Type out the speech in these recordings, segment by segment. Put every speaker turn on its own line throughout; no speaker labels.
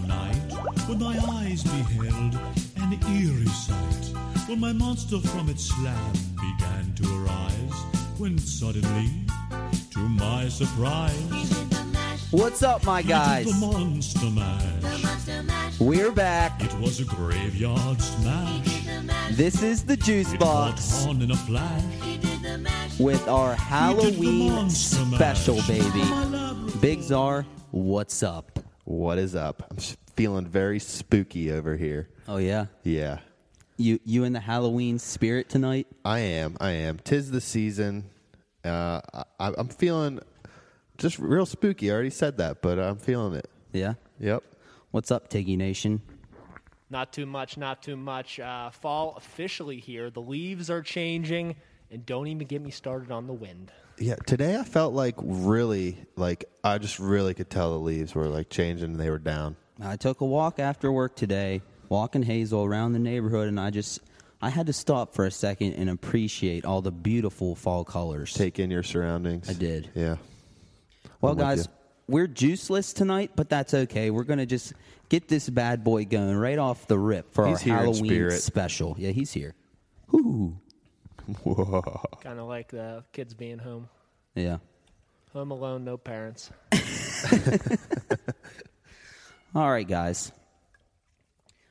night, when my eyes beheld an eerie sight, when my monster from its slab began to arise, when suddenly, to my surprise,
What's up, my guys?
the monster mash.
We're back.
It was a graveyard smash.
This is the Juice
It
Box
caught on in a flash.
with our Halloween
monster mash.
special, baby.
My lab-
Big Czar, what's up?
What is up? I'm s- feeling very spooky over here.
Oh yeah,
Yeah,
you you in the Halloween spirit tonight?
I am. I am. Tis the season. Uh, I, I'm feeling just real spooky. I already said that, but I'm feeling it.
Yeah.
Yep.
What's up, Tiggy Nation?
Not too much, not too much. Uh, fall officially here. The leaves are changing, and don't even get me started on the wind.
Yeah. Today I felt like really like I just really could tell the leaves were like changing and they were down.
I took a walk after work today, walking Hazel around the neighborhood, and I just I had to stop for a second and appreciate all the beautiful fall colors.
Take in your surroundings. I
did.
Yeah.
well,
I'm with
guys,
you.
we're juiceless tonight, but that's okay. We're gonna just get this bad boy going right off the rip for
He's
our
here in
Halloween
spirit.
special. Yeah, he's here. Ooh,
Kind of like the kids being home,
yeah.
home alone, no parents.
All right, guys.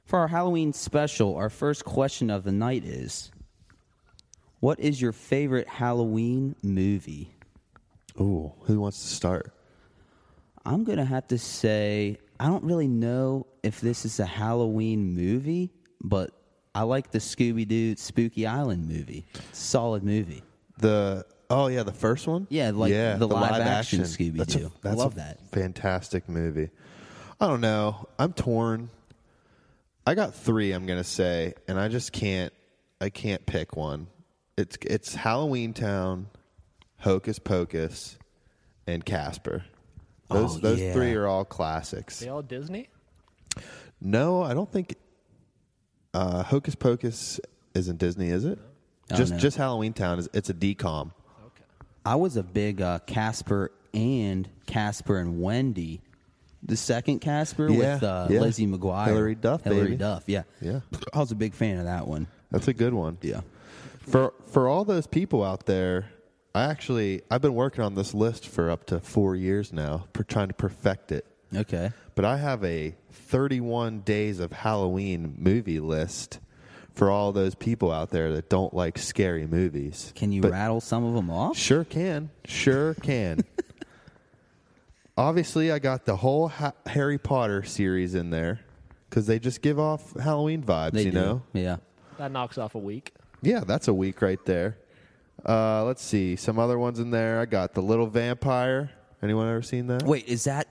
For our Halloween special, our first question of the night is What is your favorite Halloween movie?
Ooh, who wants to start?
I'm going to have to say, I don't really know if this is a Halloween movie, but I like the Scooby Doo Spooky Island movie. Solid movie.
The oh yeah, the first one.
Yeah, like the live action Scooby-Doo.
That's a-
I
that's
love
a
that.
Fantastic movie. I don't know. I'm torn. I got three. I'm gonna say, and I just can't. I can't pick one. It's it's Halloween Town, Hocus Pocus, and Casper. Those
Oh,
those
yeah.
three are all classics.
They all Disney?
No, I don't think uh, Hocus Pocus isn't Disney, is it?
I don't
Just
know.
just Halloween Town is it's a decom.
Okay.
I was a big uh, Casper and Casper and Wendy. The second Casper with
Yeah,
uh,
yeah.
Lizzie McGuire,
Hillary Duff,
Hillary
baby.
Duff, yeah,
Yeah.
I was a big fan of that one.
That's a good one.
Yeah,
For for all those people out there, I actually I've been working on this list for up to four years now, per, trying to perfect it.
okay,
But I have a 31 days of Halloween movie list for all those people out there that don't like scary movies.
can you
But
rattle some of them off?
Sure can. Sure can. Obviously, I got the whole ha- Harry Potter series in there because they just give off Halloween vibes.
They
you
do.
know,
yeah.
That knocks off a week.
Yeah, that's a week right there. Uh, let's see some other ones in there. I got the Little Vampire. Anyone ever seen that?
Wait, is that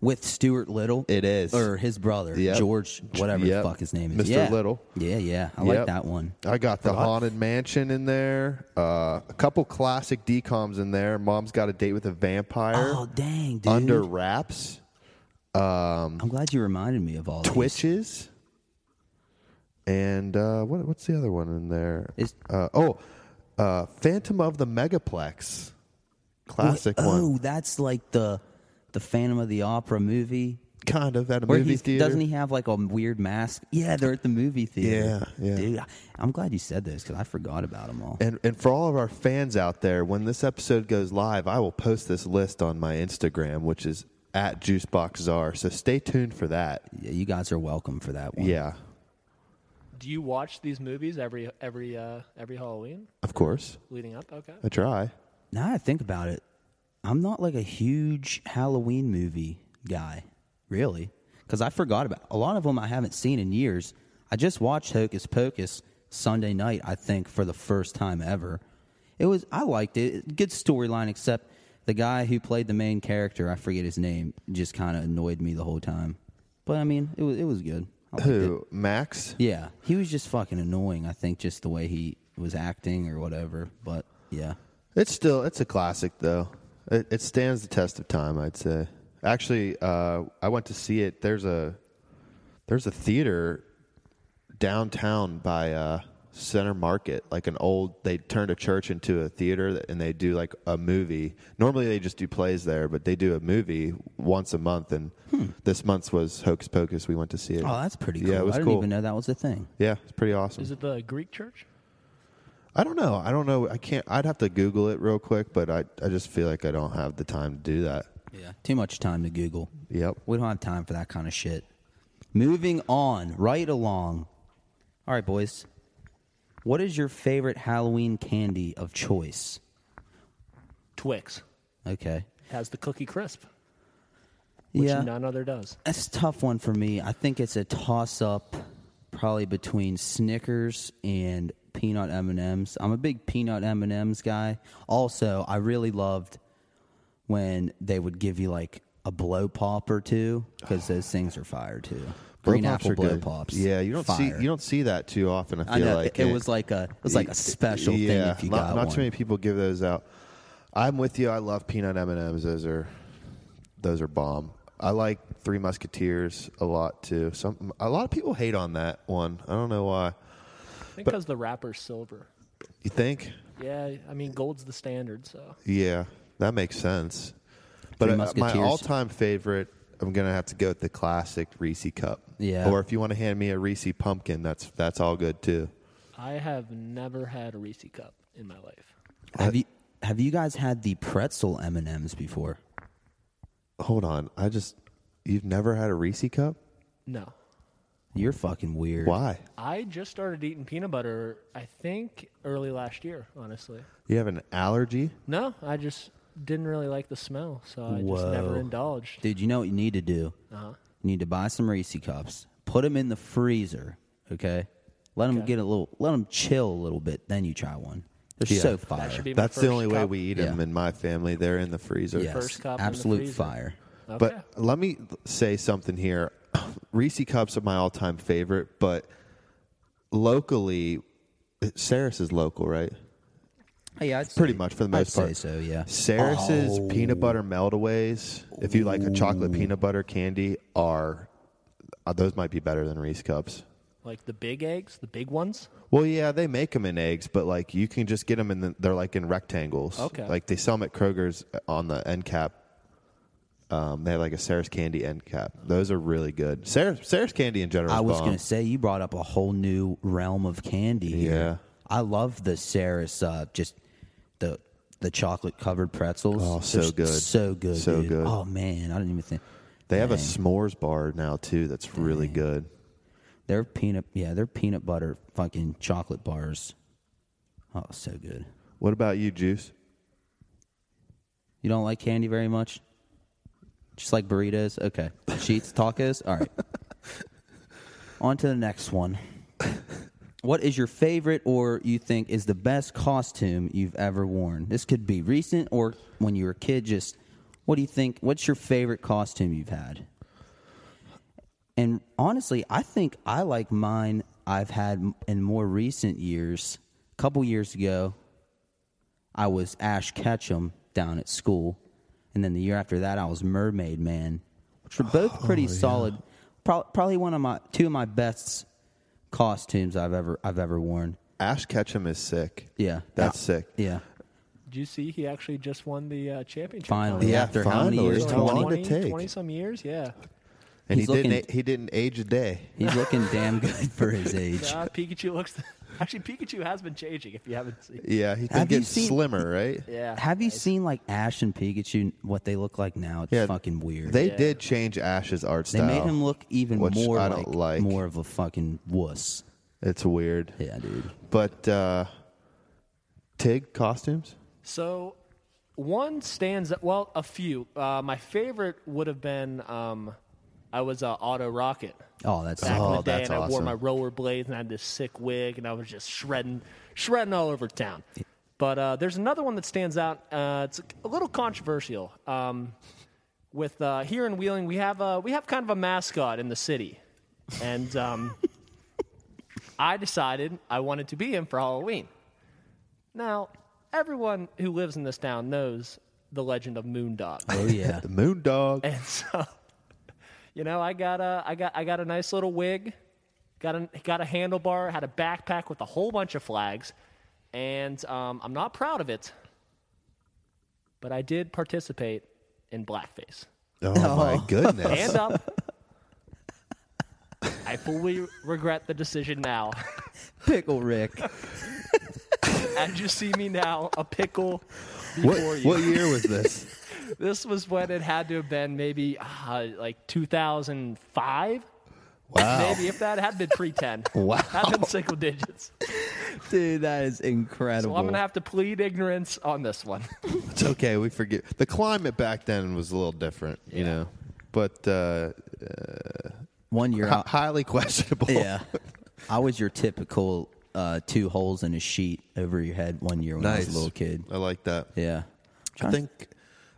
with Stuart Little?
It is.
or his brother
Yep.
George, whatever
Yep.
the fuck his name is,
Mr.
Yeah.
Little.
Yeah, yeah, I
Yep.
like that one.
I got the Haunted Mansion in there. Uh, a couple classic decoms in there. Mom's got a date with a vampire.
Oh dang, dude! Oh,
Under wraps.
I'm glad you reminded me of all these.
Twitches. And uh, what, what's the other one in there?
Is-
uh, oh, uh, Phantom of the Megaplex. Classic
Wait,
one.
Oh, that's like the the Phantom of the Opera movie.
Kind of at a
Where
movie
he
theater.
doesn't he have like a weird mask? Yeah, they're at the movie theater.
Yeah, yeah.
Dude, I- I'm glad you said those because I forgot about them all.
And and for all of our fans out there, when this episode goes live, I will post this list on my Instagram, which is at JuiceboxZar. So stay tuned for that.
Yeah, you guys are welcome for that one.
Yeah,
Do you watch these movies every every uh, every Halloween
of course.
leading up? Okay.
I try.
Now that I think about it, I'm not like a huge Halloween movie guy, really, because I forgot about a lot of them I haven't seen in years. I just watched Hocus Pocus Sunday night, I think, for the first time ever. It was I liked it. Good storyline, except the guy who played the main character, I forget his name, just kind of annoyed me the whole time. But I mean, it was it was good. I liked it.
Who? Max?
Yeah, he was just fucking annoying. I think just the way he was acting or whatever. But yeah.
It's still it's a classic though. It, it stands the test of time, I'd say. Actually, uh, I went to see it. There's a there's a theater downtown by uh, center market, like an old. They turned a church into a theater, and they do like a movie. Normally, they just do plays there, but they do a movie once a month. And this month's was Hocus Pocus. We went to see it.
Hmm. Oh, that's pretty cool.
Yeah, it was
I didn't
cool.
even know that was a thing.
Yeah, it's pretty awesome.
Is it the Greek church?
I don't know. I don't know. I can't. I'd have to Google it real quick, but I I just feel like I don't have the time to do that.
Yeah. Too much time to Google.
Yep.
We don't have time for that kind of shit. Moving on, right along. All right, boys. What is your favorite Halloween candy of choice?
Twix
Okay.
has the cookie crisp, which
yeah.
none other does.
That's a tough one for me. I think it's a toss up probably between Snickers and peanut M&Ms. I'm a big peanut M&Ms guy. Also, I really loved when they would give you like a blow pop or two cuz those things are fire too. Green
pops
apple
are
blow
good.
pops.
Yeah, you don't
Fire.
see you don't see that too often. I
I
feel
know
like
it, it was like a it was like a special thing
Yeah,
if you
not,
got
not
one.
too many people give those out. I'm with you. I love peanut M and M's. Those are those are bomb. I like Three Musketeers a lot too. Some a lot of people hate on that one. I don't know why.
I think because the wrapper's silver.
You think?
Yeah, I mean gold's the standard, so
Yeah, that makes sense. But
Three
uh, my
Musketeers.
all-time favorite, I'm gonna have to go with the classic Reese cup.
Yeah.
Or if you want to hand me a Reese pumpkin, that's that's all good too.
I have never had a Reese cup in my life.
Have you have you guys had the pretzel M&Ms before?
Hold on, I just you've never had a Reese cup?
No.
You're fucking weird.
Why?
I just started eating peanut butter, I think early last year, honestly.
You have an allergy?
No, I just didn't really like the smell, so I just never
Whoa.
indulged.
Dude, you know what you need to do? Uh-huh. You need to buy some Reese cups, put them in the freezer, okay? Let them get a little, let them chill a little bit, then you try one. They're
Yeah.
so
That
fire.
should be-
That's the
first
only way
cup.
we eat them
Yeah.
in my family. They're in the freezer.
yes,
first cup in the
absolute
freezer.
fire.
Okay.
But let me say something here. Reese cups are my all-time favorite, but locally, Saris is local, right?
Hey, I'd say,
Pretty much for the most
I'd
part.
Say so yeah.
Saris's peanut butter meltaways, if you like a chocolate peanut butter candy, are uh, those might be better than Reese cups.
like the big eggs, the big ones.
Well, yeah, they make them in eggs, but like you can just get them in the, they're like in rectangles.
Okay.
Like they sell them at Kroger's uh, on the end cap. Um, they have like a Sarah's candy end cap. Those are really good. Sarah's, Sarah's candy in general.
I
is
was
bomb.
going to say you brought up a whole new realm of candy. Here.
Yeah.
I love the Saris, uh, just the the chocolate covered pretzels.
Oh,
They're
so
s-
good.
so good,
So
dude.
good.
Oh man, I didn't even think
They have a
Dang.
s'mores bar now too. That's really good.
They're peanut, yeah, they're peanut butter fucking chocolate bars. Oh, so good.
What about you, Juice?
You don't like candy very much? Just like burritos? Okay. Sheets, tacos? All right. On to the next one. What is your favorite or you think is the best costume you've ever worn? This could be recent or when you were a kid, just what do you think? What's your favorite costume you've had? And honestly, I think I like mine I've had m- in more recent years. A couple years ago, I was Ash Ketchum down at school, and then the year after that, I was Mermaid Man, which were both
Oh,
pretty solid. Pro- probably one of my two of my best costumes I've ever I've ever worn.
Ash Ketchum is sick.
Yeah,
That's
Uh,
sick.
Yeah,
Did you see he actually just won the uh, championship?
finally
Yeah,
after how many
finally.
years?
How long
Twenty.
did it take?
20 some years, yeah.
And
He's
he didn't
looking-
a- he didn't age a day.
He's looking damn good for his age.
Uh, Pikachu looks. actually, Pikachu has been changing. If you haven't seen,
Yeah, he's been
Have you
getting
seen-
slimmer, right?
yeah.
Have you seen like Ash and Pikachu? What they look like now? It's
Yeah,
fucking weird.
They
Yeah.
did change Ash's art
They
style.
made him look even
which
more
I don't like.
more of a fucking wuss.
It's weird.
Yeah, dude.
But uh Tig costumes?
So one stands well, a few. Uh, my favorite would have been um, I was uh, Auto Rocket
Oh, that's
back in
Oh,
the day,
that's
and I wore
awesome.
my roller blades and I had this sick wig, and I was just shredding, shredding all over town. But uh, there's another one that stands out. Uh, it's a little controversial. Um, with uh, here in Wheeling, we have a, we have kind of a mascot in the city, and um, I decided I wanted to be him for Halloween. Now, everyone who lives in this town knows the legend of Moondog.
Oh yeah.
The moon dog.
Eh.
And so, you know, I got a, I got, I got a nice little wig, Got a got a handlebar. Had a backpack with a whole bunch of flags, and um, I'm not proud of it, but I did participate in blackface.
Oh, my goodness.
Hand up. I fully regret the decision now.
Pickle Rick.
As you see me now, a pickle before
what,
you.
what year was this?
This was when it had to have been maybe uh, like 2005.
Wow.
Maybe if that had been pre 10.
Wow.
Had been single digits.
Dude, that is incredible.
Well, I'm going to have to plead ignorance on this one.
It's okay. We forget. The climate back then was a little different, you know, but uh,
One year.
hi-
I,
highly questionable.
yeah. I was your typical uh, two holes in a sheet over your head one year when I was
Nice.
a little kid.
I like that.
Yeah.
I think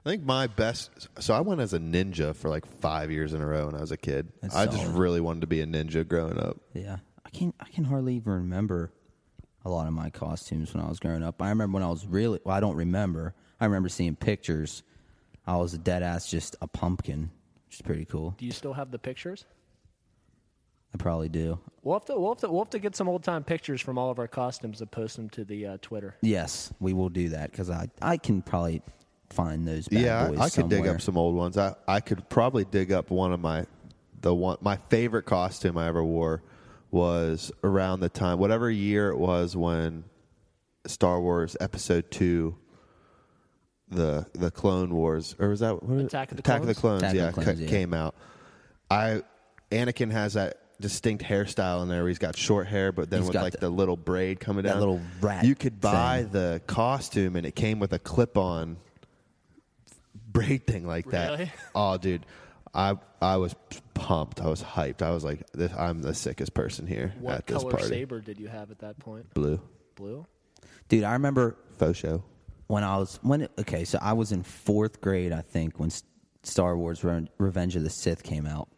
I think my best. So I went as a ninja for like five years in a row when I was a kid.
That's
I just
solid.
really wanted to be a ninja growing up.
Yeah, I can not I can hardly even remember a lot of my costumes when I was growing up. I remember when I was really well, I don't remember. I remember seeing pictures. I was a dead ass just a pumpkin, which is pretty cool.
Do you still have the pictures?
I probably do.
We'll have to, we'll have to, we'll have to get some old time pictures from all of our costumes and post them to the uh, Twitter.
Yes, we will do that because I I can probably find those. Bad
yeah, I-
boys
I, could dig
somewhere.
up some old ones. I I could probably dig up one of my the one my favorite costume I ever wore was around the time whatever year it was when Star Wars Episode Two. The the Clone Wars or was that what is-
Attack of the
Attack of the
Clones?
Attack
Clones?
of
yeah,
the Clones,
ca-
yeah.
came out. I Anakin has that distinct hairstyle in there. Where he's got short hair, but then
He's
with
got
like
the-
the, little braid coming
that
down.
little rat
You could buy
thing.
the costume, and it came with a clip-on braid thing like that.
Really?
Oh, dude, I I was pumped. I was hyped. I was like, this, I'm the sickest person here
What
at this
color
party.
saber did you have at that point?
Blue,
Blue?
Dude, I remember
faux show.
when I was when it, okay, so I was in fourth grade, I think, when S- Star Wars: Re- Revenge of the Sith came out.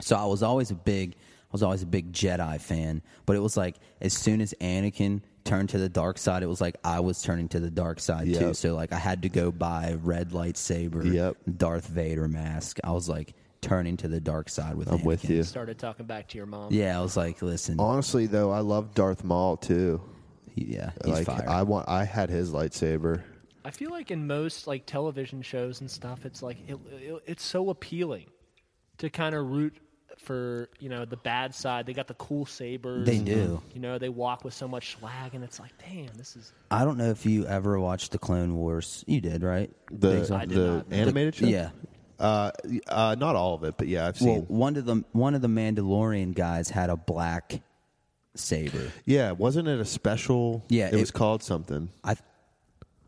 So I was always a big, I was always a big Jedi fan. But it was like as soon as Anakin turned to the dark side, it was like I was turning to the dark side too.
Yep.
So like I had to go buy a red lightsaber,
Yep.
Darth Vader mask. I was like turning to the dark side with.
I'm with
Anakin.
you.
Started talking back to your mom.
Yeah, I was like, listen,
Honestly, though, I love Darth Maul too.
he- yeah, he's
like,
fire.
I want. I had his lightsaber.
I feel like in most like television shows and stuff, it's like it, it, it's so appealing to kind of root for you know the bad side. They got the cool sabers.
They
and,
do.
You know, they walk with so much swag, and it's like, damn, this is
I don't know if you ever watched the Clone Wars. You did, right?
The
Big Zon-
I did
the
not.
animated show.
Yeah.
Uh, uh, not all of it, but yeah, I've seen.
Well, one of the one of the Mandalorian guys had a black saber.
yeah, wasn't it a special?
Yeah,
it,
it-
was called something.
I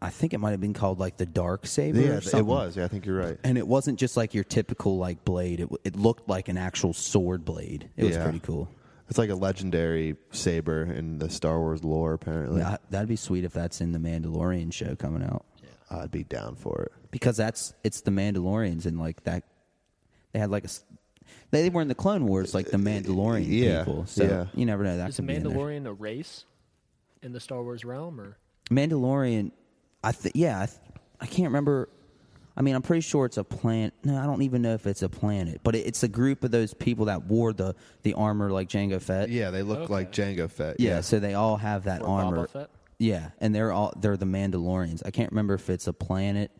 I think it might have been called like the dark saber. or
Yeah, it
something.
was. Yeah, I think you're right.
And it wasn't just like your typical like blade. It w- it looked like an actual sword blade. It was
Yeah.
pretty cool.
It's like a legendary saber in the Star Wars lore, apparently.
Yeah, that'd be sweet if that's in the Mandalorian show coming out
I'd be down for it.
because that's it's the Mandalorians and like that they had like a s- they were in the Clone Wars like the Mandalorian
Yeah,
people. So
yeah.
you never know that
is the
could be in there.
Mandalorian a race in the Star Wars realm, or
Mandalorian, I th- yeah, I, th- I can't remember. I mean, I'm pretty sure it's a planet. No, I don't even know if it's a planet, but it, it's a group of those people that wore the the armor like Jango Fett.
Yeah, they look
Okay.
like Django Fett.
yeah. So they all have that
or
armor.
Boba Fett?
Yeah, and they're all they're the Mandalorians. I can't remember if it's a planet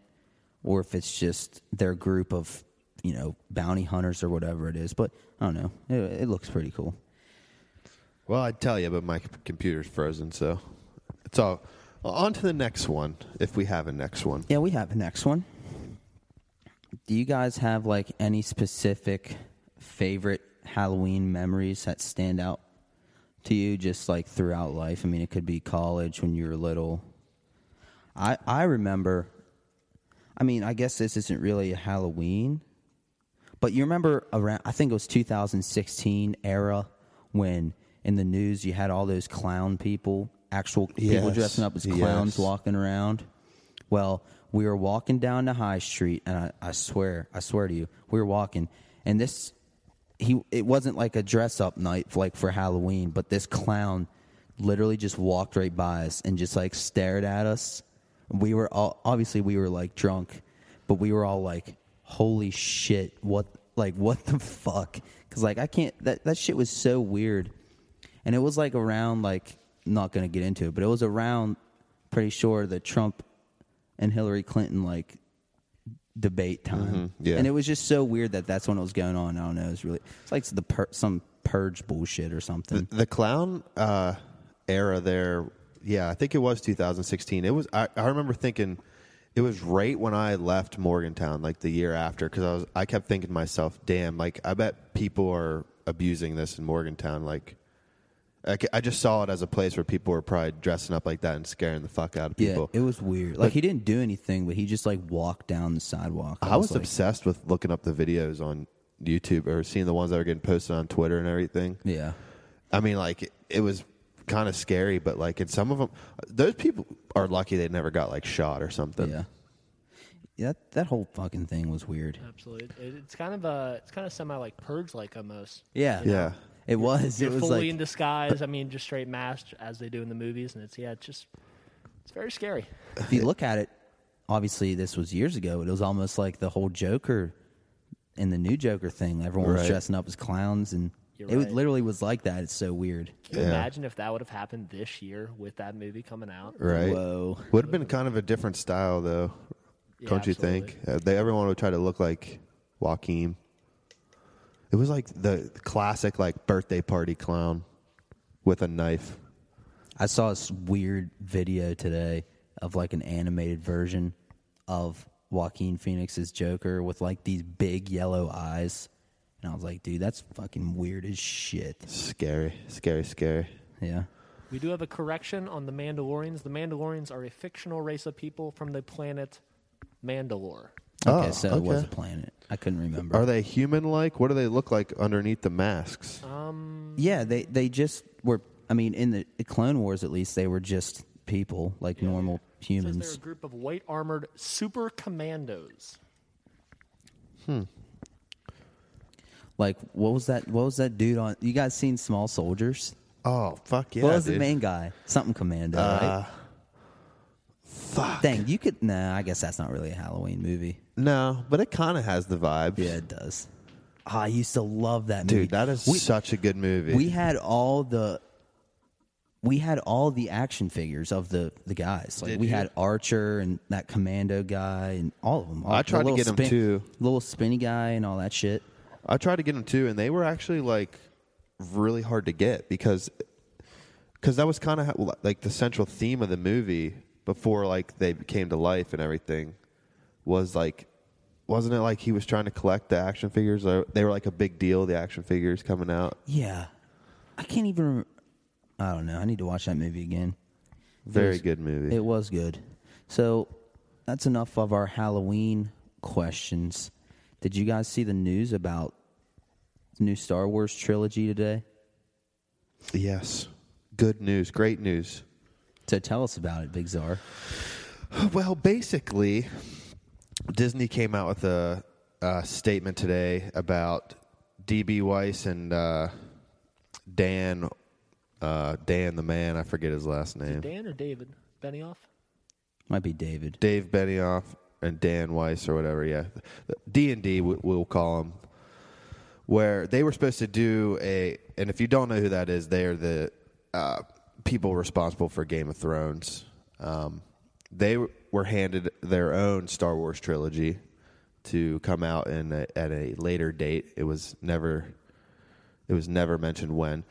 or if it's just their group of you know bounty hunters or whatever it is. But I don't know. It, it looks pretty cool.
Well, I'd tell you, but my c- computer's frozen, so it's all. Well, on to the next one, if we have a next one.
Yeah, we have the next one. Do you guys have like any specific favorite Halloween memories that stand out to you just like throughout life? I mean, it could be college when you were little. I I remember I mean, I guess this isn't really a Halloween, but you remember around I think it was 2016 era when in the news you had all those clown people, actual people
Yes,
dressing up as clowns
yes.
walking around. Well, we were walking down the high street, and I, I swear, I swear to you, we were walking, and this he it wasn't like a dress up night like for Halloween, but this clown literally just walked right by us and just like stared at us. We were all obviously we were like drunk, but we were all like, "Holy shit! What like what the fuck?" Because like I can't that that shit was so weird. and it was like around like not going to get into it, but it was around pretty sure the Trump and Hillary Clinton like debate time.
Mm-hmm. yeah.
And it was just so weird that that's when it was going on. I don't know. It's really it's like the pur- some purge bullshit or something.
the clown uh, era there yeah i think it was 2016 it was I, I remember thinking it was right when i left morgantown like the year after because i was i kept thinking to myself damn like i bet people are abusing this in morgantown like I, ca- I just saw it as a place where people were probably dressing up like that and scaring the fuck out of
yeah,
people
it was weird. Like he didn't do anything, but he just like walked down the sidewalk.
i was
like,
obsessed with looking up the videos on youtube or seeing the ones that were getting posted on twitter and everything
yeah.
I mean, like it, it was kind of scary, but like in some of them, those people are lucky they never got like shot or something.
Yeah. Yeah, that, that whole fucking thing was weird.
Absolutely, it, it's kind of a it's kind of semi like purge like almost.
Yeah.
yeah.
It was.
You're
It was
fully
like
in disguise. I mean, just straight masked as they do in the movies, and it's yeah, it's just it's very scary.
if you look at it, obviously this was years ago. It was almost like the whole Joker and the new Joker thing. Everyone was
Right.
dressing up as clowns, and
You're
it
right.
literally was like that. It's so weird.
Can you
Yeah.
imagine if that would have happened this year with that movie coming out?
right.
Whoa.
Would have been kind of a different style, though.
Yeah,
don't you think? Uh, they, everyone would try to look like Joaquin. It was like the classic like birthday party clown with a knife.
I saw this weird video today of like an animated version of Joaquin Phoenix's Joker with like these big yellow eyes, and I was like, dude, that's fucking weird as shit.
Scary, scary, scary.
Yeah.
We do have a correction on the Mandalorians. The Mandalorians are a fictional race of people from the planet Mandalore.
Okay,
Oh,
so it was a
okay.
planet. I couldn't remember.
Are they human like? What do they look like underneath the masks?
Oh. Yeah, they they just were. I mean, in the the Clone Wars, at least they were just people, like normal
It says they're
humans.
a group of white armored super commandos.
Like, what was that? What was that dude on? You guys seen Small Soldiers?
oh fuck yeah!
what was the
dude.
main guy? Something Commando, right?
Fuck.
Dang, you could. Nah, I guess that's not really a Halloween movie.
No, but it kind of has the vibe.
Yeah, it does. Ah, I used to love that movie.
Dude, that is
We,
such a good movie.
we had all the. We had all the action figures of the the guys. Like
Did
we
you?
had Archer and that Commando guy and all of them. All,
I tried to
the little
get 'em
spin-
too.
Little spinny guy and all that shit.
I tried to get them too, and they were actually like really hard to get because because that was kind of how, like the central theme of the movie before like they came to life and everything was like wasn't it like he was trying to collect the action figures or they were like a big deal the action figures coming out
Yeah, I can't even. Rem- I don't know. I need to watch that movie again.
very
was-
good movie
It was good. So that's enough of our Halloween questions. Did you guys see the news about the new Star Wars trilogy today?
yes good news great news
So tell us about it, Big Czar.
Oh, Well, basically, Disney came out with a, a statement today about DB Weiss and uh, Dan, uh, Dan the man. I forget his last name.
Dan or David Benioff?
Might be David.
Dave Benioff and Dan Weiss or whatever. Yeah, D and D we'll call them. Where they were supposed to do a, and if you don't know who that is, they are the uh, people responsible for Game of Thrones. Um, they were handed their own Star Wars trilogy to come out in a, at a later date. It was never, it was never mentioned when,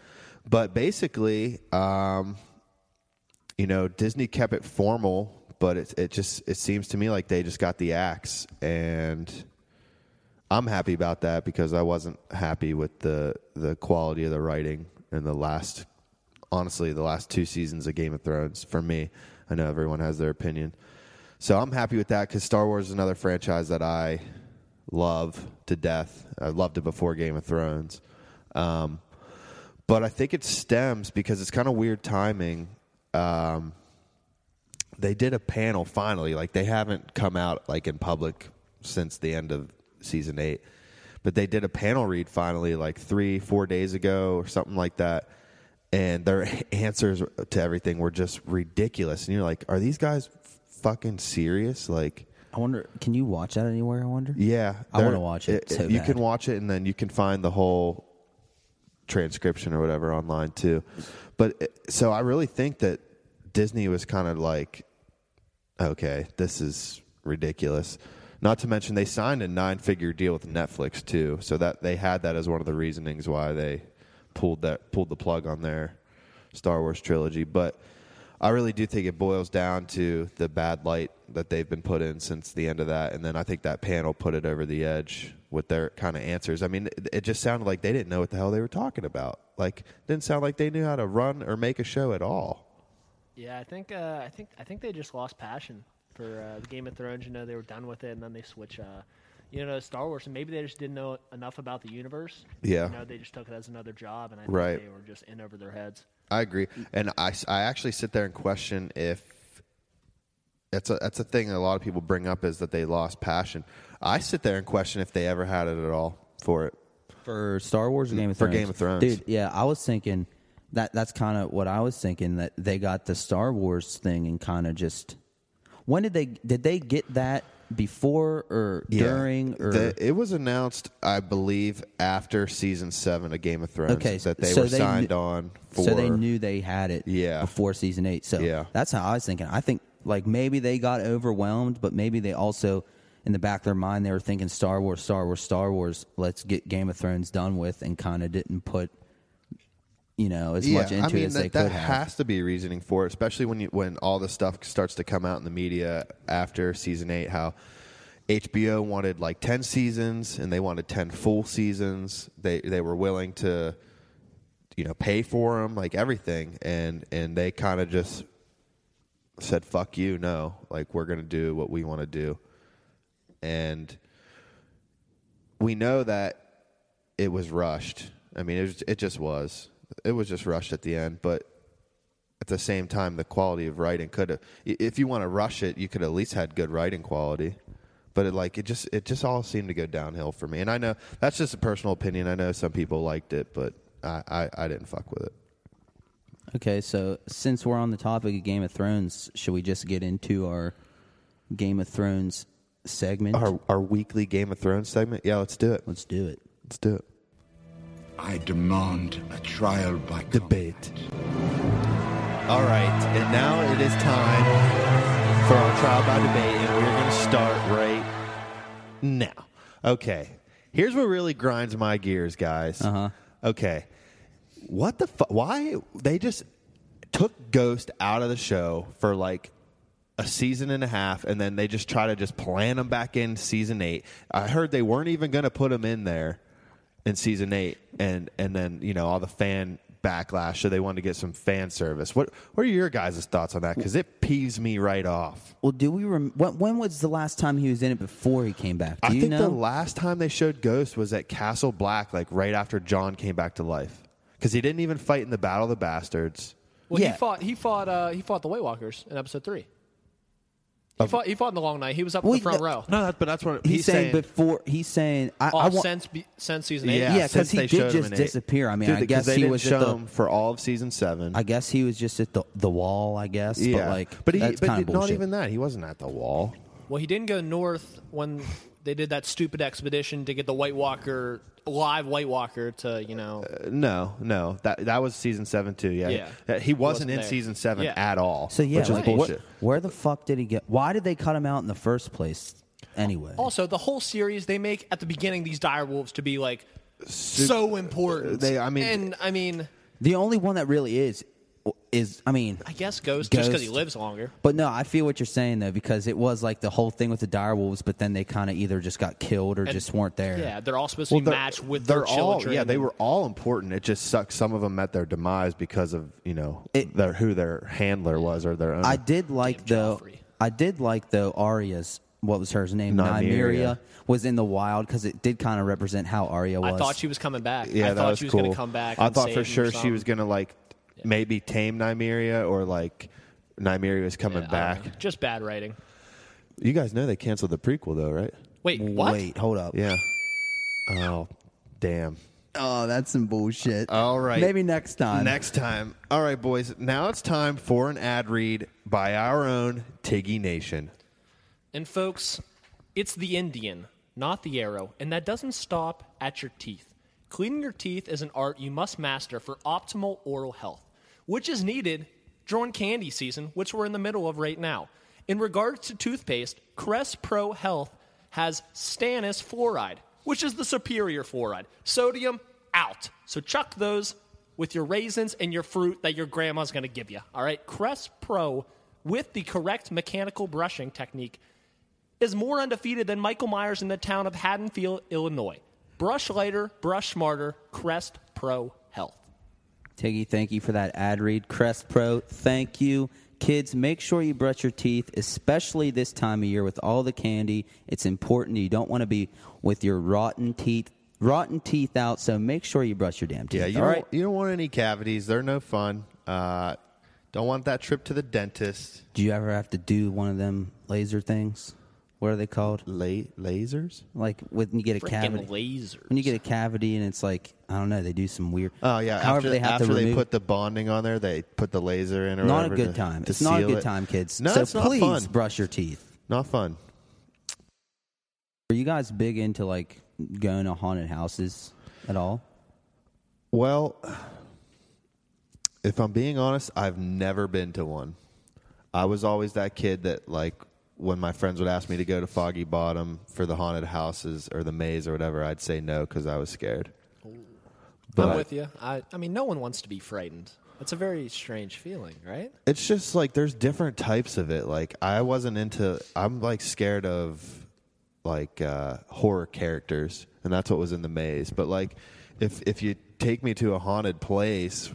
but basically, um, you know, Disney kept it formal, but it it just it seems to me like they just got the axe, and I'm happy about that because I wasn't happy with the the quality of the writing in the last, honestly, the last two seasons of Game of Thrones for me. I know everyone has their opinion, so I'm happy with that because Star Wars is another franchise that I love to death. I loved it before Game of Thrones. Um, but I think it stems because it's kind of weird timing. Um, they did a panel finally, like they haven't come out like in public since the end of season eight, but they did a panel read finally, like three, four days ago or something like that. And their answers to everything were just ridiculous. And you're like, are these guys fucking serious? Like,
I wonder. Can you watch that anywhere? I wonder.
yeah,
I wanna
they're-
watch it so
you
bad.
can watch it, and then you can find the whole transcription or whatever online too. But it- so I really think that Disney was kind of like, okay, this is ridiculous. Not to mention they signed a nine-figure deal with Netflix too, so that they had that as one of the reasonings why they pulled that pulled the plug on their Star Wars trilogy. But I really do think it boils down to the bad light that they've been put in since the end of that, and then I think that panel put it over the edge with their kind of answers. I mean, it- it just sounded like they didn't know what the hell they were talking about. Like, didn't sound like they knew how to run or make a show at all.
Yeah, I think uh, I think I think they just lost passion for uh, Game of Thrones. You know, they were done with it, and then they switch. Uh, you know, Star Wars, and maybe they just didn't know enough about the universe.
Yeah.
you know, they just took it as another job, and I think
Right.
they were just in over their heads.
I agree, and I, I actually sit there and question if that's a that's a thing that a lot of people bring up is that they lost passion. I sit there and question if they ever had it at all for it.
For Star Wars or Game of
For
Thrones?
Game of Thrones.
Dude, yeah, I was thinking that that's kind of what I was thinking that they got the Star Wars thing and kind of just When did they did they get that before or during or
The- it was announced, I believe, after season seven of Game of Thrones
Okay,
that they
so
were
they
signed
kn-
on for.
So they knew they had it
Yeah.
before season 8. So
Yeah.
that's how I was thinking. I think like maybe they got overwhelmed, but maybe they also in the back of their mind they were thinking Star Wars, Star Wars, Star Wars, let's get Game of Thrones done with and kind of didn't put you know as
yeah,
much into
I mean
it as
that,
they
that
could have.
has to be reasoning for it, especially when you, when all the stuff starts to come out in the media after season eight. How HBO wanted like ten seasons, and they wanted ten full seasons. They they were willing to, you know, pay for them, like everything, and and they kind of just said, "Fuck you, no! Like we're gonna do what we want to do," and we know that it was rushed. I mean, it was, it just was. It was just rushed at the end, but at the same time, the quality of writing could have. If you want to rush it, you could at least had good writing quality. But it like it just it just all seemed to go downhill for me. And I know that's just a personal opinion. I know some people liked it, but I I, I didn't fuck with it.
Okay, so since we're on the topic of Game of Thrones, should we just get into our Game of Thrones segment?
Our our weekly Game of Thrones segment. Yeah, let's do it.
Let's do it.
Let's do it.
I demand a trial by
debate. All right, and now it is time for our trial by debate, and we're going to start right now. Okay, here's what really grinds my gears, guys. Uh huh. Okay, what the fuck? Why they just took Ghost out of the show for like a season and a half, and then they just try to just plan him back in season eight. I heard they weren't even going to put him in there in season eight, and and then you know all the fan backlash, so they wanted to get some fan service. What what are your guys' thoughts on that? Because it peeves me right off.
Well, do we rem- when, when was the last time he was in it before he came back? Do
I
you
think
know?
the last time they showed Ghost was at Castle Black, like right after John came back to life, because he didn't even fight in the Battle of the Bastards.
Well,
Yeah.
he fought. He fought. Uh, he fought the White Walkers in episode three. He fought. He fought in the Long Night. He was up in
We-
the front
no-
row.
No, that's but that's what
he's, saying, before he's saying I,
Oh,
I want
since be- since season eight.
Yeah,
Yeah, 'cause
since
he
they
did
showed him
just
in eight.
disappear. I mean,
Dude,
I
because
guess
they
he
didn't
was at
show
the-
him for all of season seven.
I guess he was just at the the wall, I guess. But like
but he,
that's
but
kind
not
of bullshit.
even that. He wasn't at the wall.
Well, he didn't go north when they did that stupid expedition to get the White Walker live White Walker to you know.
Uh, No, no, that that was season seven too. Yeah,
Yeah.
That- he wasn't
Wasn't
in
there.
season seven
Yeah.
at all.
so yeah,
which
like,
is
what-
bullshit.
where the fuck did he get why did they cut him out in the first place anyway?
Oh, Also, the whole series they make at the beginning these direwolves to be like so important.
they- I mean-
and I mean,
the only one that really is is I mean
I guess Ghost, just 'cause just because he
Ghost.
lives longer.
But no, I feel what you're saying though, because it was like the whole thing with the direwolves, but then they kind of either just got killed or just weren't there.
Yeah, they're all supposed to be
they're-
matched with
they're
their children.
All, yeah, they were all important. It just sucks. Some of them met their demise because of you know
It-
their who their handler was or their own.
I did like
Damn
though.
Joffrey.
I did like though Arya's. What was her name?
Nymeria.
was in the wild because it did kind of represent how Arya was.
I thought she was coming back.
yeah,
I
that
thought
was
she was
cool.
going to come back.
I
and
thought
save
for
him or
sure she was
something.
gonna like maybe tame Nymeria or like Nymeria was coming
I
back.
don't know. Just bad writing.
You guys know they canceled the prequel though, right?
Wait, what?
Wait, hold up.
Yeah. Oh, damn.
Oh, that's some bullshit.
All right.
Maybe next time.
Next time. All right, boys. Now it's time for an ad read by our own Tiggy Nation.
And folks, it's the Indian, not the arrow, and that doesn't stop at your teeth. Cleaning your teeth is an art you must master for optimal oral health, which is needed during candy season, which we're in the middle of right now. In regards to toothpaste, Crest Pro Health has stannous fluoride, which is the superior fluoride. Sodium out. So chuck those with your raisins and your fruit that your grandma's going to give you. All right, Crest Pro with the correct mechanical brushing technique is more undefeated than Michael Myers in the town of Haddonfield, Illinois. Brush lighter, brush smarter, Crest Pro Health.
Tiggy, thank you for that ad read. Crest Pro, thank you. Kids, make sure you brush your teeth, especially this time of year with all the candy. It's important. You don't want to be with your rotten teeth, rotten teeth out. So make sure you brush your damn teeth.
Yeah, you
all
don't,
right?
you don't want any cavities. They're no fun. Uh, don't want that trip to the dentist.
Do you ever have to do one of them laser things? What are they called?
La- lasers?
Like when you get a
Freaking
cavity.
lasers.
when you get a cavity and it's like I don't know, they do some weird.
Oh yeah.
However,
after
they have
after
to
they
remove.
put the bonding on there, they put the laser in. Or
not a
whatever
good
to-
time.
to
It's not a
seal
good
it.
time, kids.
No,
so
it's not
please
fun.
brush your teeth.
Not fun.
Are you guys big into like going to haunted houses at all?
Well, if I'm being honest, I've never been to one. I was always that kid that like when my friends would ask me to go to Foggy Bottom for the haunted houses or the maze or whatever, I'd say no because I was scared.
I'm with you. I, I mean, no one wants to be frightened. It's a very strange feeling, right?
it's just like there's different types of it like i wasn't into i'm like scared of like uh horror characters and that's what was in the maze but like if if you take me to a haunted place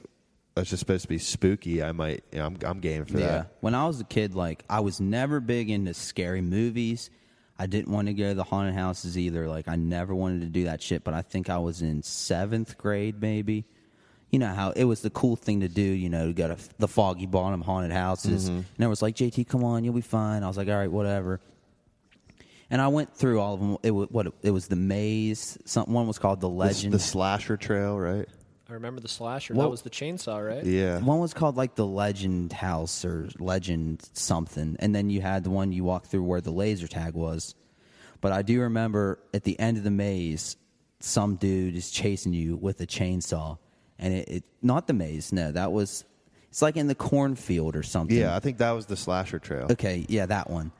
that's just supposed to be spooky i might you know, I'm, I'm game for that
When I was a kid, like I was never big into scary movies. I didn't want to go to the haunted houses either. Like I never wanted to do that shit. But I think I was in seventh grade, maybe. You know how it was the cool thing to do. You know, to go to the Foggy Bottom haunted houses,
Mm-hmm.
and everyone was like, "JT, come on, you'll be fine." I was like, "All right, whatever." And I went through all of them. It was what it was the maze. Some one was called the
the,
legend.
the slasher trail right
I remember the slasher.
Well-
that was the chainsaw, right?
yeah
One was called like the Legend House or Legend something, and then you had the one you walked through where the laser tag was. But I do remember at the end of the maze, some dude is chasing you with a chainsaw, and it, it not the maze. No, that was it's like in the cornfield or something.
yeah i think that was the slasher trail
Okay, yeah, that one.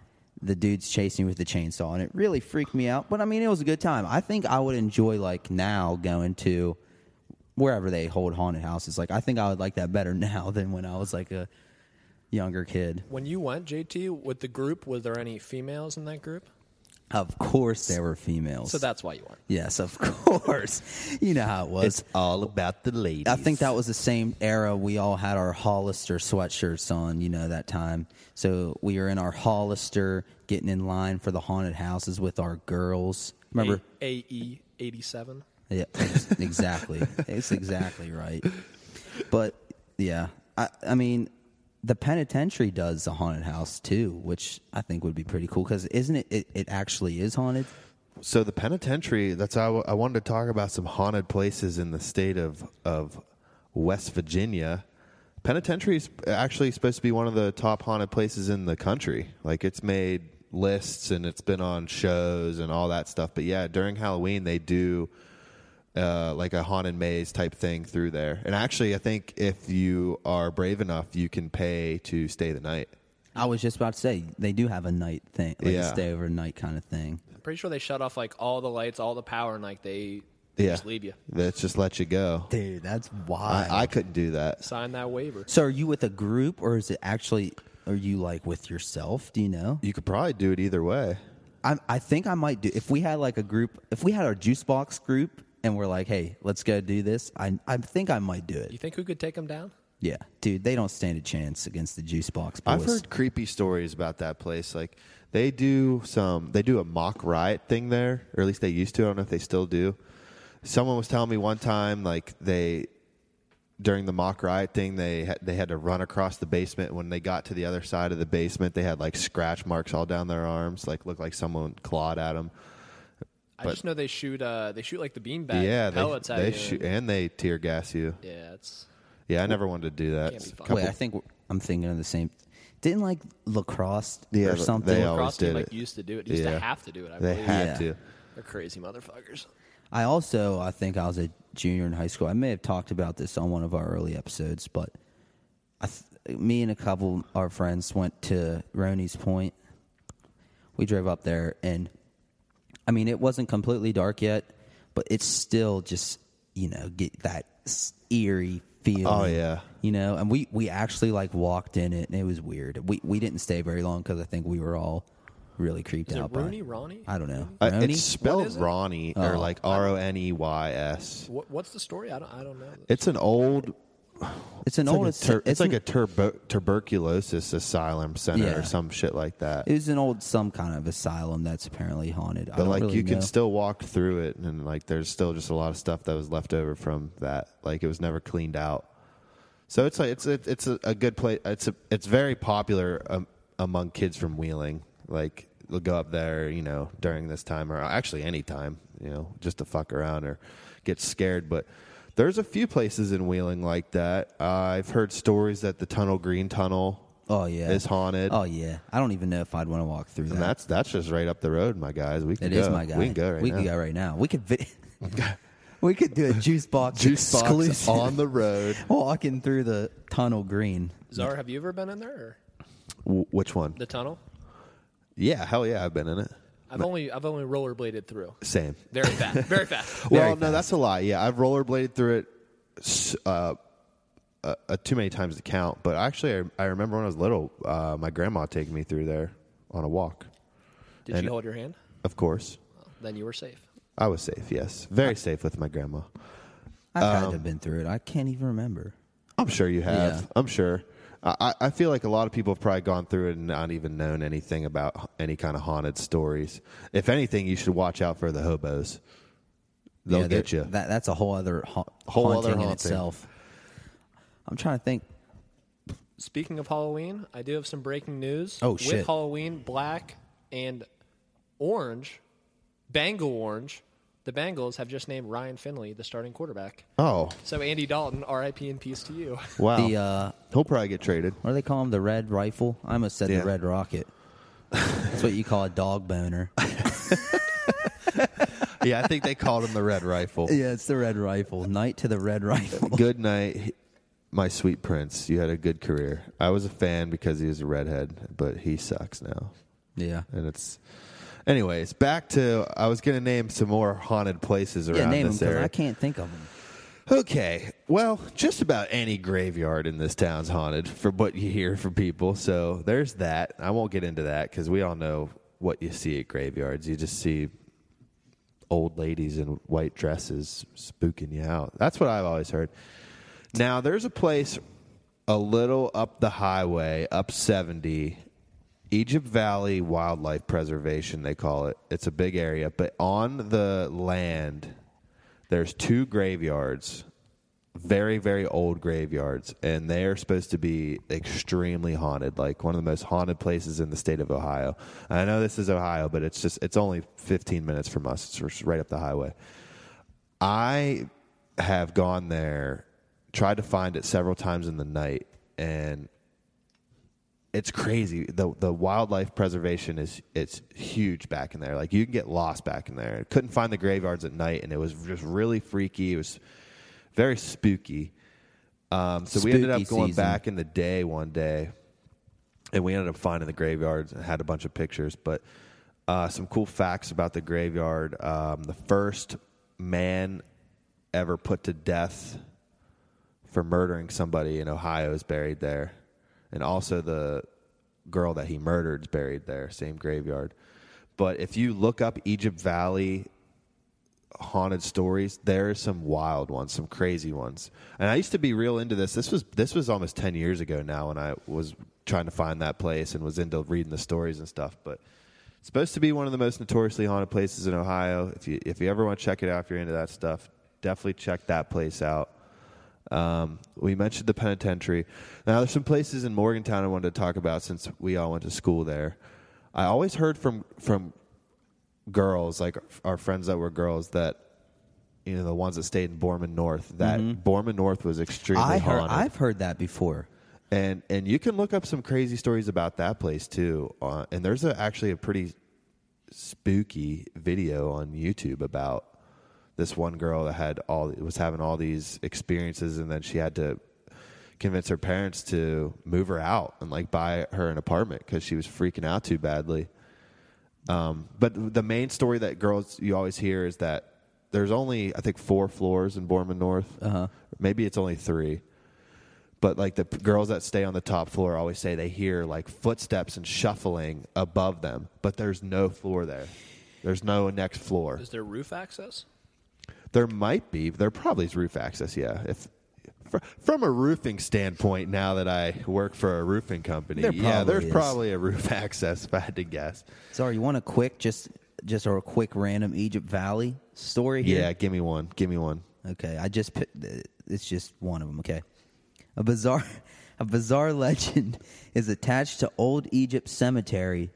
The dude's chasing me with the chainsaw, and it really freaked me out. But I mean, it was a good time. I think I would enjoy like now going to wherever they hold haunted houses. Like I think I would like that better now than when I was like a younger kid.
When you went, JT, with the group, were there any females in that group?
Of course, there were females.
So that's why you went.
yes, of course. you know how it was.
it's all about the ladies
I think that was the same era we all had our Hollister sweatshirts on, you know, that time. So we were in our Hollister getting in line for the haunted houses with our girls. Remember?
AE 87.
Yeah, it's exactly. it's exactly right. But yeah, I, I mean, the penitentiary does the haunted house too, which I think would be pretty cool because isn't it, it? It actually is haunted.
So the penitentiary. That's how I w- I wanted to talk about some haunted places in the state of of West Virginia. Penitentiary is actually supposed to be one of the top haunted places in the country. Like it's made lists and it's been on shows and all that stuff. But yeah, during Halloween they do uh, like a haunted maze type thing through there. And actually, I think if you are brave enough, you can pay to stay the night.
I was just about to say they do have a night thing, like a
Yeah.
stay overnight kind of thing.
I'm pretty sure they shut off like all the lights, all the power, and like they they
Yeah,
just leave you.
Let's just let you go.
Dude, that's wild.
I, I couldn't do that.
Sign that waiver.
So are you with a group or is it actually are you like with yourself? Do you know?
You could probably do it either way.
I I think I might do if we had like a group if we had our juice box group and we're like, hey, let's go do this, I I think I might do
You
it.
think we could take them down?
Yeah. Dude, they don't stand a chance against the juice box boys.
I've heard creepy stories about that place. Like they do some, they do a mock riot thing there, or at least they used to. I don't know if they still do. Someone was telling me one time, like they during the mock riot thing, they had, they had to run across the basement. When they got to the other side of the basement, they had like scratch marks all down their arms, like looked like someone clawed at them.
I just know they shoot. Uh, they shoot like the beanbag
yeah,
pellets
they,
at
they
you.
shoot and they tear gas you.
yeah, it's
Yeah, I never wanted to do that.
Can't be fun.
Wait, I think we're- I'm thinking of the same. Didn't like lacrosse
Yeah,
or
but
something?
they all- Always
Cross team
did
like
it.
used to do it. Used to
Yeah.
have to do it. I
they
believe.
had
Yeah.
to.
They're crazy motherfuckers.
I also, I think I was a junior in high school. I may have talked about this on one of our early episodes, but I th- me and a couple of our friends went to Roney's Point. We drove up there, and I mean, it wasn't completely dark yet, but it's still just you know get that s- eerie feeling.
Oh, yeah.
you know. And we we actually like walked in it, and it was weird. We we didn't stay very long because I think we were all really creeped
Is it
out. by
Rooney, Ronnie?
I don't know.
Uh,
Roney?
it's spelled
is it?
Ronnie or like R O N E Y S.
What, what's the story? I don't, I don't know.
It's an old.
It's an
It's,
old.
like, a
it's,
tur- it's, like
an-
a turbo- tuberculosis asylum center
Yeah.
or some shit like that.
It was an old some kind of asylum that's apparently haunted. I
but
don't
like
really
you
know.
can still walk through it, and like there's still just a lot of stuff that was left over from that. Like it was never cleaned out. So it's like it's a, it's a, a good place. It's a, it's very popular um, among kids from Wheeling. Like they'll go up there, you know, during this time or actually any time, you know, just to fuck around or get scared. But there's a few places in Wheeling like that. I've heard stories that the Tunnel Green Tunnel,
Oh yeah,
is haunted.
Oh yeah, I don't even know if I'd want to walk through
and
that.
that's that's just right up the road, my guys. We can
It
go.
is my guy.
We can go right
we
now.
Could go right now. We could. Vi- we could do a juice box
Juice box
exclusive
on the road.
walking through the tunnel green.
Czar, have you ever been in there or
W- which one?
the tunnel?
Yeah, hell yeah, I've been in it.
I've only I've only rollerbladed through.
Same.
Very fast. Very fast.
well, no, that's a lie. Yeah, I've rollerbladed through it s- uh, uh, uh, too many times to count. But actually, I, I remember when I was little, uh, my grandma taking me through there on a walk.
Did
And-
you hold your hand?
Of course,
Then you were safe.
I was safe. Yes, very safe with my grandma.
I've had
Um,
to have been through it. I can't even remember.
I'm sure you have.
Yeah.
I'm sure. I, I- I feel like a lot of people have probably gone through it and not even known anything about h- any kind of haunted stories. If anything, you should watch out for the hobos. They'll
Yeah, there-
get you.
That, that's a whole other ha-
Whole
haunting
other
in
haunting.
itself. I'm trying to think.
Speaking of Halloween, I do have some breaking news.
Oh,
With
shit.
Halloween, black and orange, Bengal orange, the Bengals have just named Ryan Finley the starting quarterback.
oh,
So Andy Dalton, RIP and peace to you.
wow.
The uh,
He'll probably get traded.
what do they call them? The red rifle. I almost said
Yeah.
the red rocket. that's what you call a dog boner.
yeah, I think they called him the Red Rifle.
yeah, it's the red rifle. Night to the red rifle.
Good night, my sweet prince. You had a good career. I was a fan because he was a redhead, but he sucks now.
Yeah.
And it's, anyways, back to I was going to name some more haunted places around
Yeah, name them
this
because
area.
I can't think of them.
Okay. Well, just about any graveyard in this town's haunted for what you hear from people. So there's that. I won't get into that because we all know what you see at graveyards. You just see old ladies in white dresses spooking you out. That's what I've always heard. Now, there's a place a little up the highway, up 70, Egypt Valley Wildlife Preservation, they call it. It's a big area, but on the land, there's two graveyards, very, very old graveyards, and they are supposed to be extremely haunted, like one of the most haunted places in the state of Ohio. I know this is Ohio, but it's just, it's only 15 minutes from us. It's just right up the highway. I have gone there, tried to find it several times in the night, and it's crazy. The the wildlife preservation is it's huge back in there. Like you can get lost back in there. Couldn't find the graveyards at night, and it was just really freaky. It was very spooky. Um, so we ended up
Spooky
going
season.
back in the day one day, and we ended up finding the graveyards and had a bunch of pictures. But uh, some cool facts about the graveyard: um, the first man ever put to death for murdering somebody in Ohio is buried there, and also the girl that he murdered is buried there, same graveyard. But if you look up Egypt Valley haunted stories, there are some wild ones, some crazy ones. And I used to be real into this. This was this was almost ten years ago now when I was trying to find that place and was into reading the stories and stuff. But it's supposed to be one of the most notoriously haunted places in Ohio. If you if you ever want to check it out, if you're into that stuff, definitely check that place out. Um, we mentioned the penitentiary. Now, there's some places in Morgantown I wanted to talk about since we all went to school there. I always heard from from girls, like our friends that were girls, that you know the ones that stayed in Borman North. That Borman North was extremely
Mm-hmm. I heard,
haunted,
I've heard that before.
and and you can look up some crazy stories about that place too. Uh, and there's a, actually a pretty spooky video on YouTube about this one girl that had all was having all these experiences, and then she had to convince her parents to move her out and like buy her an apartment because she was freaking out too badly. Um, but the main story that girls you always hear is that there's only I think four floors in Borman North. Uh-huh. Maybe it's only three. But like the p- girls that stay on the top floor always say they hear like footsteps and shuffling above them, but there's no floor there. There's no next floor.
Is there roof access?
There might be. There probably is roof access. Yeah. If fr- from a roofing standpoint, now that I work for a roofing company,
There
yeah,
probably
there's
is.
probably a roof access. If I had to guess,
Sorry, you want a quick just just a quick random Egypt Valley story here?
yeah, give me one. Give me one.
Okay, I just put, it's just one of them. Okay, a bizarre a bizarre legend is attached to old Egypt cemetery.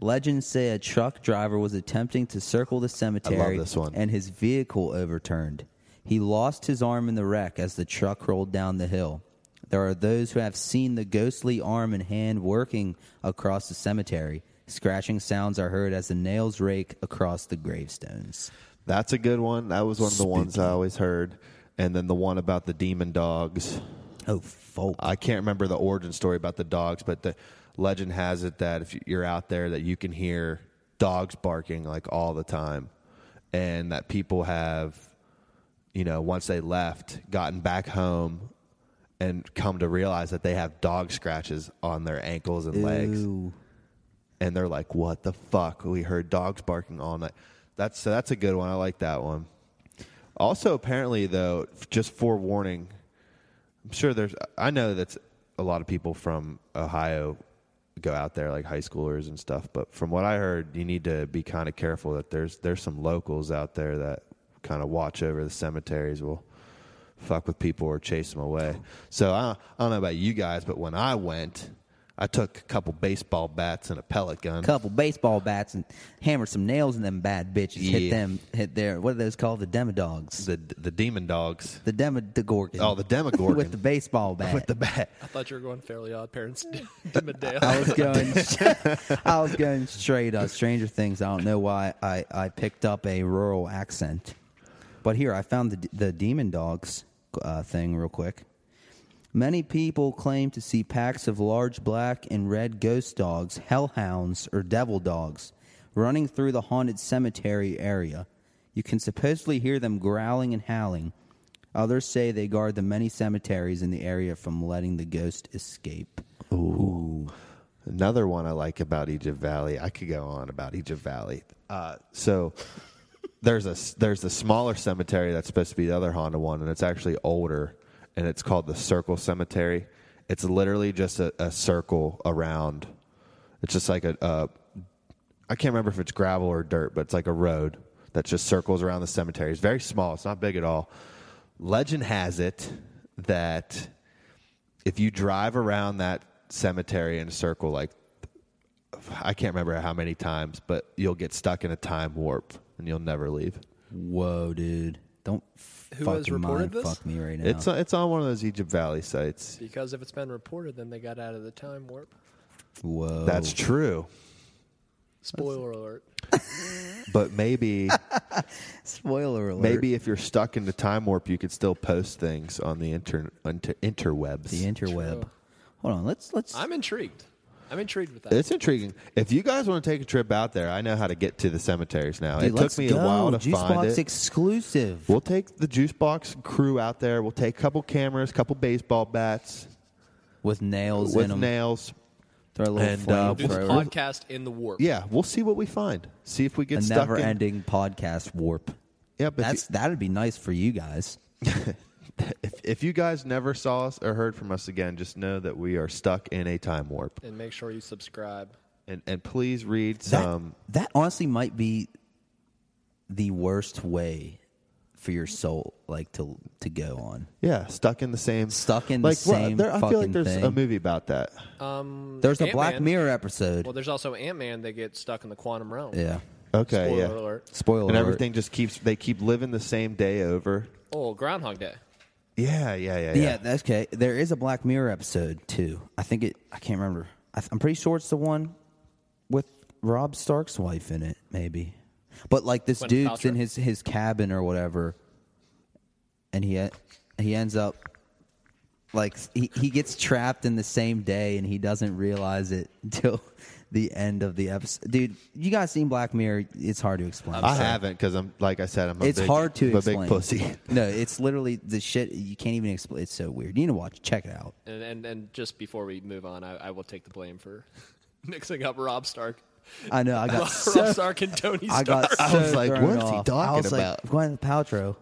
Legends say a truck driver was attempting to circle the cemetery
this one.
and his vehicle overturned. He lost his arm in the wreck as the truck rolled down the hill. There are those who have seen the ghostly arm and hand working across the cemetery. Scratching sounds are heard as the nails rake across the gravestones.
That's a good one. That was one of the ones I always heard. And then the one about the demon dogs.
Oh, folk.
I can't remember the origin story about the dogs, but the legend has it that if you're out there, that you can hear dogs barking like all the time, and that people have, you know, once they left, gotten back home, and come to realize that they have dog scratches on their ankles and legs,
Ooh.
and they're like, "What the fuck? We heard dogs barking all night." That's so that's a good one. I like that one. Also, apparently, though, just forewarning, I'm sure there's. I know that's a lot of people from Ohio go out there, like high schoolers and stuff. But from what I heard, you need to be kind of careful that there's there's some locals out there that kind of watch over the cemeteries. Will fuck with people or chase them away. So I, I don't know about you guys, but when I went, I took a couple baseball bats and a pellet gun.
couple baseball bats and hammered some nails in them bad bitches. Hit
Yeah.
them, hit their what are those called? The demodogs.
The the demon dogs.
The demo the gorgon.
Oh, the demogorgon.
with the baseball bat.
With the bat.
I thought you were going Fairly Odd Parents. Dimmadale.
I was going I was going straight uh, Stranger Things. I don't know why I, I picked up a rural accent. But here I found the the demon dogs uh, thing real quick. Many people claim to see packs of large black and red ghost dogs, hellhounds, or devil dogs running through the haunted cemetery area. You can supposedly hear them growling and howling. Others say they guard the many cemeteries in the area from letting the ghost escape.
Another one I like about Egypt Valley. I could go on about Egypt Valley. Uh, so there's a there's the smaller cemetery that's supposed to be the other Honda one, and it's actually older, and it's called the Circle Cemetery. It's literally just a, a circle around. It's just like a, a I can't remember if it's gravel or dirt, but it's like a road that just circles around the cemetery. It's very small. It's not big at all. Legend has it that if you drive around that cemetery in a circle like I can't remember how many times, but you'll get stuck in a time warp and you'll never leave.
Whoa, dude! Don't
Who has
fucking mind
reported this?
fuck me right now.
It's it's on one of those Egypt Valley sites.
because if it's been reported, then they got out of the time warp.
Whoa,
That's true,
Spoiler alert.
but maybe
spoiler alert.
maybe if you're stuck in the time warp, you could still post things on the inter, inter interwebs.
the interweb.
True.
Hold on, let's let's.
I'm intrigued. I'm intrigued with that.
it's intriguing. If you guys want to take a trip out there, I know how to get to the cemeteries now.
dude,
it
let's
took me
go.
a while to
Juice
find
box
it.
exclusive.
We'll take the juice box crew out there. We'll take a couple cameras, couple baseball bats
with nails in
with
them.
nails.
Throw a little
and, uh,
Do
flame
the
Bro.
podcast in the warp.
Yeah, we'll see what we find. See if we get
a
stuck. in-
never-ending podcast warp.
Yeah, but
That's that'd be nice for you guys.
if, if if you guys never saw us or heard from us again, just know that we are stuck in a time warp.
And make sure you subscribe.
And and please read
That,
some.
that honestly might be the worst way for your soul, like to to go on.
yeah, stuck in the same.
Stuck in the
like, well,
same
there- I feel
fucking
like there's a
thing.
movie about that.
Um,
There's a
Ant-Man-
Black Mirror episode.
Well, there's also Ant Man. They get stuck in the quantum realm.
yeah,
Okay,
Spoiler
yeah.
alert.
spoiler.
And
alert.
everything just keeps. They keep living the same day over.
Oh, Groundhog Day.
Yeah, yeah, yeah, yeah.
Yeah, that's okay. There is a Black Mirror episode too. I think it. I can't remember. I th- I'm pretty sure it's the one with Rob Stark's wife in it. Maybe But like this
Gwyneth
dude's in
Paltrow.
his his cabin or whatever, and he he ends up like he, he gets trapped in the same day and he doesn't realize it until the end of the episode. Dude, you guys seen Black Mirror? It's hard to explain.
I haven't because I'm like I said I'm. A
it's
big,
hard to
I'm a
explain.
big pussy.
no, it's literally the shit you can't even explain. It's so weird. You need to watch. Check it out.
And, and and just before we move on, I, I will take the blame for mixing up Rob Stark,
I know. I got
Rob
so
Stark and Tony
I
Stark.
got. So
I was like,
thrown
what is he
off. I
talking
was
about?
Like, Gwyneth Paltrow.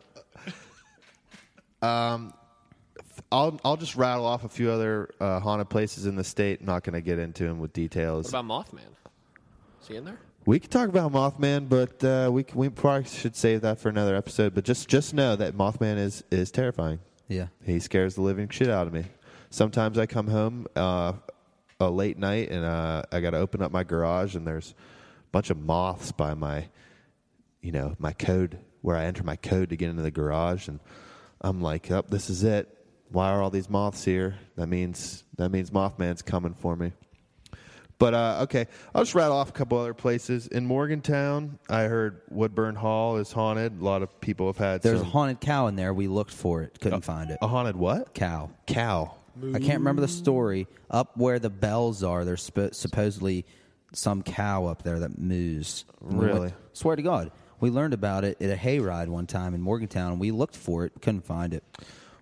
I'll I'll just rattle off a few other uh, haunted places in the state. I'm not going to get into them with details.
What about Mothman? Is he in there?
we could talk about Mothman, but uh, we c- we probably should save that for another episode. But just just know that Mothman is is terrifying.
Yeah.
He scares the living shit out of me. Sometimes I come home uh, a late night and uh, I got to open up my garage and there's a bunch of moths by my, you know, my code where I enter my code to get into the garage and I'm like, oh, this is it. Why are all these moths here? That means that means Mothman's coming for me. But uh, okay, I'll just rattle off a couple other places in Morgantown. I heard Woodburn Hall is haunted. A lot of people have had
There's a
some-
haunted cow in there. We looked for it, couldn't find it.
a haunted what
Cow.
Oh. cow.
I can't remember the story. Up where the bells are, there's sp- supposedly some cow up there that moves. And we went-
Really?
swear to God, we learned about it at a hayride one time in Morgantown. and We looked for it, couldn't find it.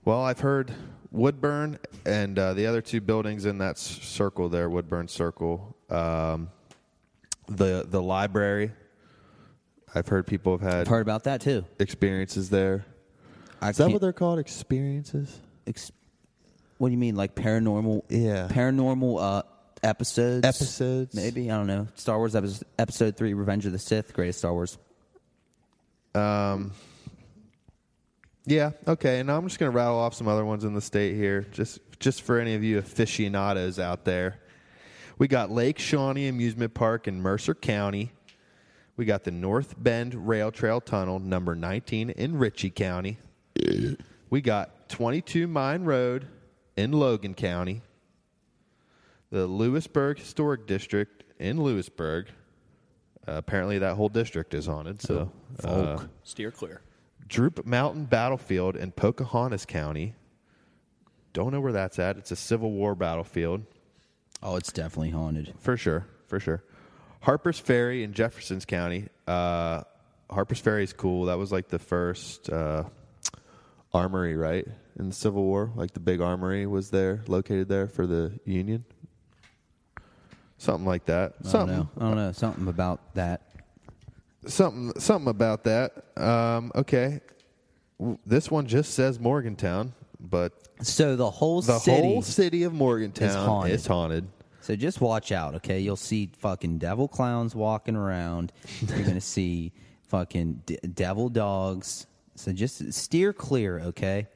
Well, I've heard Woodburn and uh, the other two buildings in that s- circle there, Woodburn Circle, um, the the library. I've heard people have had
I've heard about that too.
experiences there.
I
Is that what
can't-
they're called? Experiences?
ex- what do you mean, like paranormal?
Yeah.
paranormal uh, episodes.
Episodes.
maybe I don't know. Star Wars episode, episode three, Revenge of the Sith, greatest Star Wars.
Yeah. Okay. And I'm just gonna rattle off some other ones in the state here, just just for any of you aficionados out there. We got Lake Shawnee Amusement Park in Mercer County. We got the North Bend Rail Trail Tunnel, number 19 in Ritchie County. we got 22 Mine Road in Logan County. The Lewisburg Historic District in Lewisburg. Uh, apparently, that whole district is haunted. So, uh,
Steer clear.
Droop Mountain Battlefield in Pocahontas County. Don't know where that's at. It's a Civil War battlefield
Oh, it's definitely haunted.
for sure, for sure. Harper's Ferry in Jefferson's County. Uh, Harper's Ferry is cool. That was like the first uh, armory, right, in the Civil War. Like the big armory was there, located there for the Union. Something like that.
I
Something.
don't know. I don't know something about that.
something something about that. Um, okay, W- this one just says Morgantown, but
So the whole
the
city.
whole city of Morgantown
is haunted.
is haunted.
so just watch out, okay? You'll see fucking devil clowns walking around. You're gonna see fucking d- devil dogs. So just steer clear, okay?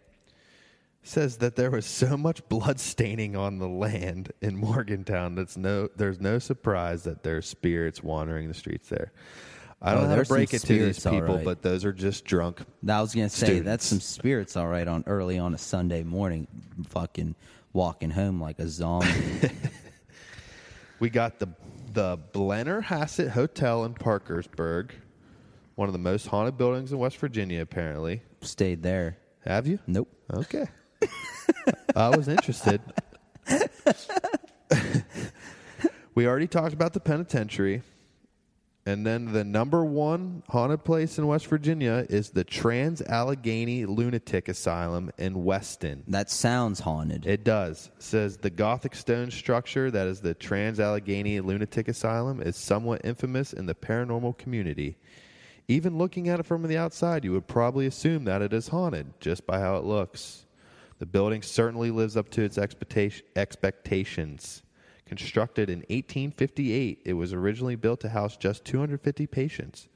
Says that there was so much blood staining on the land in Morgantown that's no there's no surprise that there's spirits wandering the streets there. I
Oh,
don't know how to
there's some
break it to these
spirits, all
people,
right.
but those are just drunk.
I was gonna say that's
Students.
some spirits, all right, on early on a Sunday morning, fucking walking home like a zombie.
We got the the Blenner Hassett Hotel in Parkersburg, one of the most haunted buildings in West Virginia. Apparently,
Stayed there.
have you?
Nope.
Okay. I was interested. we already talked about the penitentiary. And then the number one haunted place in West Virginia is the Trans Allegheny Lunatic Asylum in Weston.
That sounds haunted.
It does. Says the Gothic stone structure that is the Trans Allegheny Lunatic Asylum is somewhat infamous in the paranormal community. Even looking at it from the outside, you would probably assume that it is haunted just by how it looks. The building certainly lives up to its expectation, expectations. Constructed in 1858, it was originally built to house just 250 patients.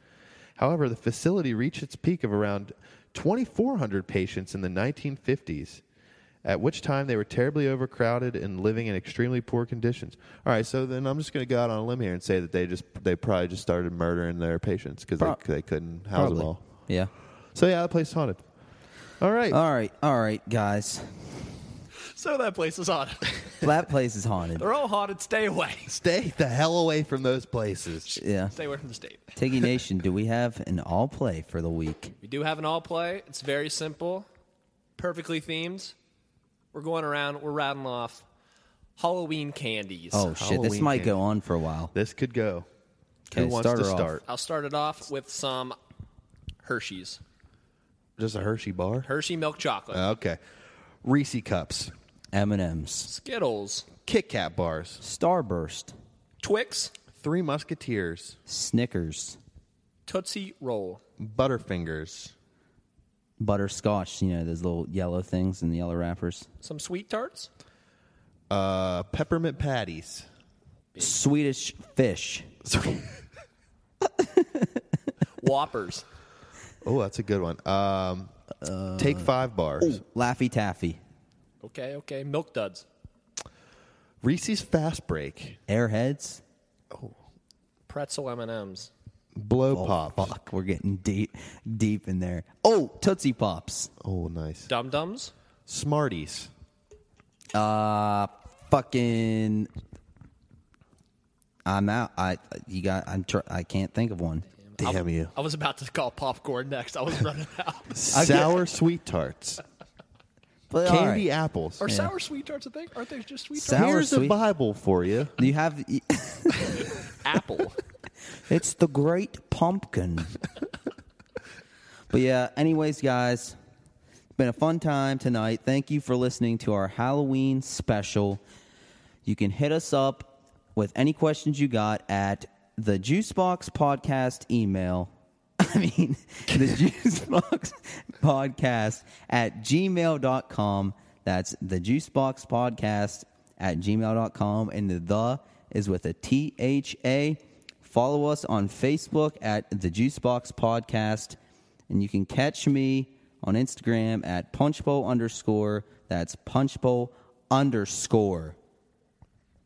However, the facility reached its peak of around 2,400 patients in the 1950s, at which time they were terribly overcrowded and living in extremely poor conditions. All right, so then I'm just going to go out on a limb here and say that they just they probably just started murdering their patients because
Prob-
they, they couldn't house
Probably.
them all.
Yeah.
So yeah, the place haunted. All right,
All right. All right, guys.
So that place is on.
that place is haunted.
They're all haunted. Stay away.
Stay the hell away from those places.
Yeah.
Stay away from the state.
Tiggy Nation, do we have an all play for the week?
We do have an all play. It's very simple, perfectly themed. We're going around. We're rattling off Halloween candies.
Oh shit, this
Halloween
might go
candy.
on for a while.
This could go.
Okay,
Who wants
start
to
her off.
start?
I'll start it off with some Hershey's
Just a Hershey bar.
Hershey milk chocolate,
Okay. Reese cups,
M and M's,
Skittles,
Kit Kat bars,
Starburst,
Twix,
Three Musketeers,
Snickers,
Tootsie Roll,
Butterfingers,
butterscotch. You know those little yellow things in the yellow wrappers.
some sweet tarts,
uh, peppermint patties.
Swedish fish.
Whoppers,
oh, that's a good one. Um,
Uh,
take five bars.
Laffy Taffy,
Okay, okay. Milk duds.
Reese's Fast Break,
Airheads.
Pretzel M&Ms.
Blow
Oh,
Pop.
fuck, we're getting deep, deep in there. Oh, Tootsie Pops.
Oh, nice.
Dum Dums.
Smarties,
Uh, fucking. I'm out. I you got. I'm. Tr- I can't think of one.
damn you.
I was about to call popcorn next. I was running out.
Sour sweet tarts,
But, all
candy
right.
apples.
Are sour sweet tarts a thing? Aren't they just sweet
Sour
tarts?
Here's
sweet.
a Bible for you.
You have.
Apple.
It's the Great Pumpkin. but yeah. Anyways, guys, it's been a fun time tonight. Thank you for listening to our Halloween special. You can hit us up with any questions you got at the Juicebox Podcast email. I mean, the Juicebox Podcast at gmail.com. That's the Juicebox Podcast at gmail.com. And the the is with a T H A. Follow us on Facebook at the Juicebox Podcast. And you can catch me on Instagram at punchbowl underscore. That's punchbowl underscore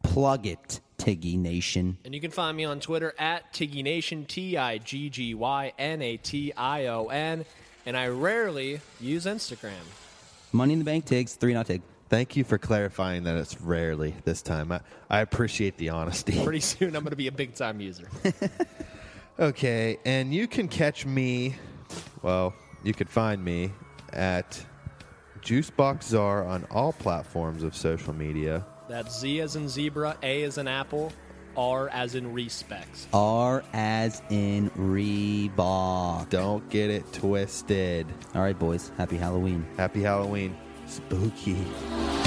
plug it, Tiggy Nation.
And you can find me on Twitter at Tiggy Nation, T I G G Y N A T I O N. And I rarely use Instagram.
Money in the bank tigs, three not tig.
Thank you for clarifying that it's rarely this time. I, I appreciate the honesty.
Pretty soon I'm going to be a big time user.
Okay, and you can catch me. Well, you could find me at Juicebox Czar on all platforms of social media.
That's Z as in zebra, A as in apple, R as in respects.
R as in Reebok.
Don't get it twisted.
All right, boys. Happy Halloween.
Happy Halloween. Spooky.